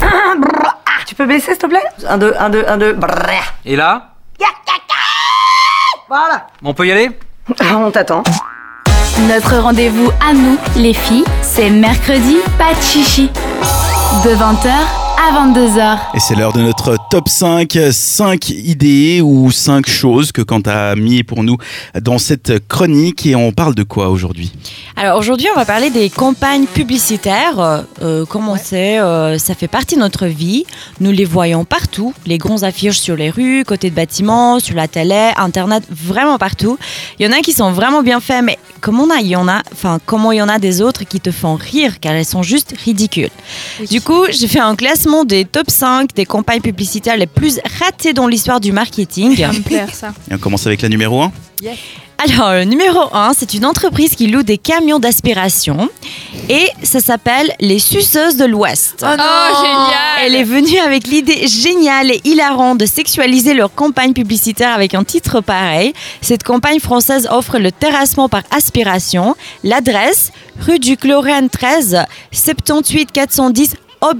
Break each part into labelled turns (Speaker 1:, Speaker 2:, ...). Speaker 1: Ah, Tu peux baisser s'il te plaît Un, deux, un, deux, un, deux. Brrr.
Speaker 2: Et là
Speaker 1: Voilà.
Speaker 2: On peut y aller
Speaker 1: Ah, On t'attend.
Speaker 3: Notre rendez-vous à nous, les filles, c'est mercredi, pas de chichi. De 20h à 22h.
Speaker 4: Et c'est l'heure de notre top 5, 5 idées ou 5 choses que Quentin a mis pour nous dans cette chronique et on parle de quoi aujourd'hui
Speaker 5: Alors aujourd'hui, on va parler des campagnes publicitaires. Euh, comme on sait, euh, ça fait partie de notre vie. Nous les voyons partout. Les grandes affiches sur les rues, côté de bâtiments, sur la télé, internet, vraiment partout. Il y en a qui sont vraiment bien faits, mais comme on a, il y en a, enfin, comment il y en a des autres qui te font rire car elles sont juste ridicules. Du coup, j'ai fait un classement des top 5 des campagnes publicitaires les plus ratées dans l'histoire du marketing.
Speaker 6: me plaire ça.
Speaker 4: Et on commence avec la numéro 1
Speaker 5: Alors, le numéro 1, c'est une entreprise qui loue des camions d'aspiration et ça s'appelle les Suceuses de l'Ouest.
Speaker 6: Oh, génial
Speaker 5: Elle est venue avec l'idée géniale et hilarante de sexualiser leur campagne publicitaire avec un titre pareil. Cette campagne française offre le terrassement par aspiration. L'adresse, rue du Chlorène 13, 78 410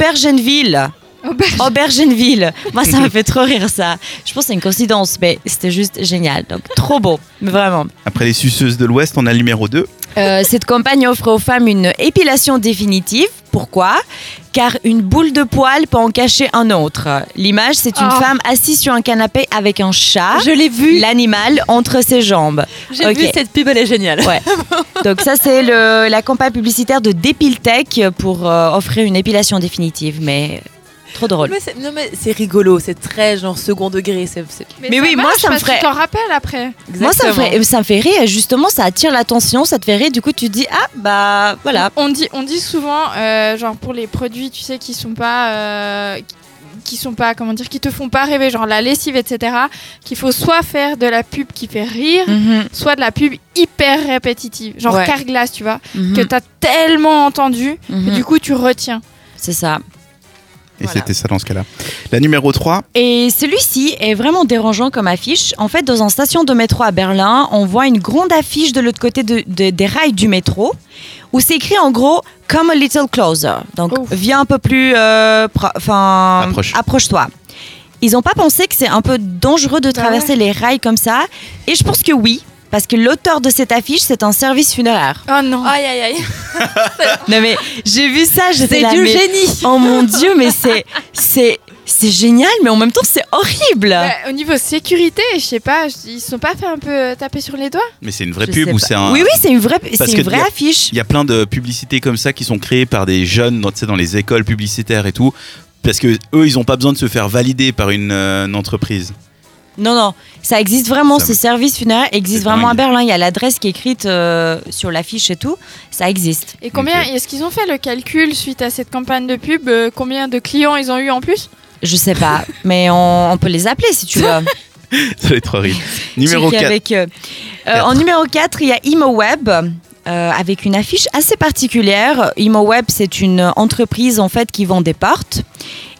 Speaker 5: Aubergenville.
Speaker 6: Auberge-
Speaker 5: Aubergenville. Moi, ça m'a fait trop rire, ça. Je pense que c'est une coïncidence, mais c'était juste génial. Donc, trop beau, mais vraiment.
Speaker 4: Après les suceuses de l'Ouest, on a le numéro 2.
Speaker 5: Euh, cette campagne offre aux femmes une épilation définitive. Pourquoi Car une boule de poils peut en cacher un autre. L'image, c'est une
Speaker 6: Ah.
Speaker 5: femme assise sur un canapé avec un chat,
Speaker 6: Je l'ai vu.
Speaker 5: l'animal entre ses jambes.
Speaker 6: J'ai
Speaker 5: Ok.
Speaker 6: vu cette pub, elle est géniale.
Speaker 5: Ouais. Donc ça, c'est le- la campagne publicitaire de Dépiltech pour euh, offrir une épilation définitive. Mais trop drôle.
Speaker 7: Mais c'est- non, mais c'est rigolo, c'est très genre second degré. c'est- c'est-
Speaker 5: Mais oui, moi, ça me
Speaker 6: parce que
Speaker 5: ferait-
Speaker 6: Tu t'en rappelles après.
Speaker 5: Moi, ça me,
Speaker 7: Exactement.
Speaker 5: fait, ça me fait rire. Justement, ça attire l'attention, ça te fait rire. Du coup, tu te dis, ah, bah voilà.
Speaker 6: On dit, on dit souvent, euh, genre pour les produits, tu sais, qui sont pas. euh, qui sont pas, comment dire, qui te font pas rêver, genre la lessive, etc., qu'il faut soit faire de la pub qui fait rire,
Speaker 5: Mhm,
Speaker 6: soit de la pub hyper répétitive, genre
Speaker 5: Ouais.
Speaker 6: Carglass, tu vois, que
Speaker 5: mhm,
Speaker 6: t'as tellement entendu, que
Speaker 5: mhm.
Speaker 6: du coup tu retiens.
Speaker 5: C'est ça.
Speaker 4: Et
Speaker 7: Voilà.
Speaker 4: c'était ça dans ce cas-là. La numéro 3,
Speaker 5: Et celui-ci est vraiment dérangeant comme affiche. En fait, dans une station de métro à Berlin, on voit une grande affiche de l'autre côté de- de- des rails du métro où c'est écrit en gros Come a little closer. Donc,
Speaker 6: Ouf.
Speaker 5: viens un peu plus. euh, pro- Enfin,
Speaker 4: Approche.
Speaker 5: toi Ils n'ont pas pensé que c'est un peu dangereux de
Speaker 6: Bah
Speaker 5: traverser les rails comme ça. Et je pense que oui. Parce que l'auteur de cette affiche, c'est un service funéraire.
Speaker 6: Oh non.
Speaker 7: Aïe aïe aïe.
Speaker 5: Non mais j'ai vu ça, j'étais
Speaker 7: C'est
Speaker 5: là,
Speaker 7: du
Speaker 5: mais-
Speaker 7: génie.
Speaker 5: Oh mon dieu, mais c'est c'est c'est génial, mais en même temps c'est horrible.
Speaker 6: Bah, au niveau sécurité, je sais pas, je- ils se sont pas fait un peu euh, taper sur les doigts
Speaker 4: mais c'est une vraie
Speaker 5: Je
Speaker 4: pub
Speaker 5: sais
Speaker 4: ou
Speaker 5: pas.
Speaker 4: c'est un...
Speaker 5: Oui, oui, c'est une vraie,
Speaker 4: Parce
Speaker 5: c'est une
Speaker 4: que
Speaker 5: vraie
Speaker 4: y a-
Speaker 5: affiche.
Speaker 4: Il y a plein de publicités comme ça qui sont créées par des jeunes dans, tu sais, dans les écoles publicitaires et tout. Parce que eux, ils n'ont pas besoin de se faire valider par une, euh, une entreprise.
Speaker 5: Non, non, ça existe vraiment.
Speaker 4: Ça-
Speaker 5: Ces services funéraires
Speaker 4: C'est
Speaker 5: existent vraiment à
Speaker 4: dingue.
Speaker 5: Berlin. Il y a l'adresse qui est écrite euh, sur l'affiche et tout. Ça existe.
Speaker 6: Et combien est-ce qu'ils ont fait le calcul suite à cette campagne de pub euh, Combien de clients ils ont eu en plus
Speaker 5: Je sais pas, mais on, on peut les appeler si tu veux.
Speaker 4: Ça va être horrible. Numéro
Speaker 5: Checker
Speaker 4: 4.
Speaker 5: avec, euh, euh,
Speaker 4: Quatre.
Speaker 5: en numéro 4, il y a ImoWeb. euh, avec une affiche assez particulière. ImoWeb, c'est une entreprise en fait qui vend des portes.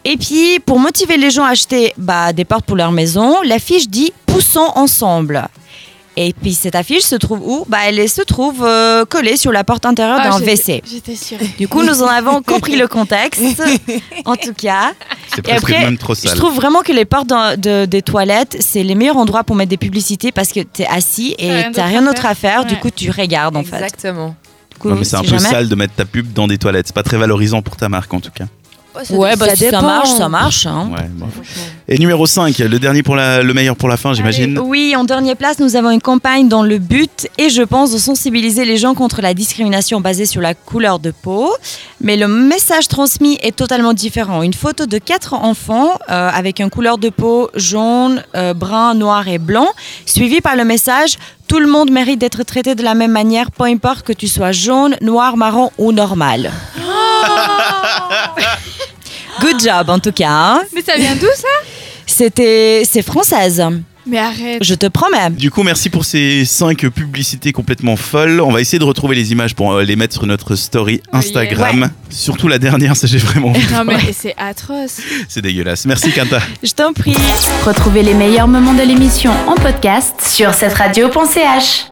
Speaker 5: Et puis, pour motiver les gens à acheter bah, des portes pour leur maison, l'affiche dit Poussons ensemble. Et puis, cette affiche se trouve où bah, Elle se trouve euh, collée sur la porte intérieure
Speaker 6: Ah,
Speaker 5: d'un
Speaker 6: j'ai-
Speaker 5: WC.
Speaker 6: J'étais sûre.
Speaker 5: Du coup, nous en avons compris le contexte. En tout cas,
Speaker 4: C'est presque
Speaker 5: après,
Speaker 4: même trop
Speaker 5: je
Speaker 4: sale.
Speaker 5: trouve vraiment que les portes d'un- de- des toilettes, c'est les meilleurs endroits pour mettre des publicités parce que t'es assis
Speaker 6: T'as
Speaker 5: et
Speaker 6: rien
Speaker 5: t'as
Speaker 6: d'autre
Speaker 5: rien
Speaker 6: à
Speaker 5: d'autre à faire. Du
Speaker 6: Ouais.
Speaker 5: coup, tu regardes en fait.
Speaker 7: Exactement.
Speaker 5: Du coup,
Speaker 4: Non, mais c'est un
Speaker 5: si
Speaker 4: peu
Speaker 5: jamais-
Speaker 4: sale de mettre ta pub dans des toilettes. C'est pas très valorisant pour ta marque en tout cas.
Speaker 5: Ouais, bah, si ça, marche, ça marche. hein.
Speaker 4: Ouais, bon. Et numéro 5, le dernier pour la, le meilleur pour la fin, j'imagine.
Speaker 5: Allez, Oui, en dernière place, nous avons une campagne dans le but, et je pense, de sensibiliser les gens contre la discrimination basée sur la couleur de peau. Mais le message transmis est totalement différent. Une photo de quatre enfants euh, avec une couleur de peau jaune, euh, brun, noir et blanc, suivie par le message Tout le monde mérite d'être traité de la même manière, peu importe que tu sois jaune, noir, marron ou normal. Good job en tout cas. hein.
Speaker 6: Mais ça vient d'où ça
Speaker 5: C'était, c'est française.
Speaker 6: Mais arrête.
Speaker 5: Je te promets.
Speaker 4: Du coup, merci pour ces 5 publicités complètement folles. On va essayer de retrouver les images pour euh, les mettre sur notre story Instagram. Surtout la dernière, ça j'ai vraiment.
Speaker 6: Non mais c'est atroce.
Speaker 4: C'est dégueulasse. Merci Quinta.
Speaker 5: Je t'en prie.
Speaker 3: Retrouvez les meilleurs moments de l'émission en podcast sur cette radio.ch.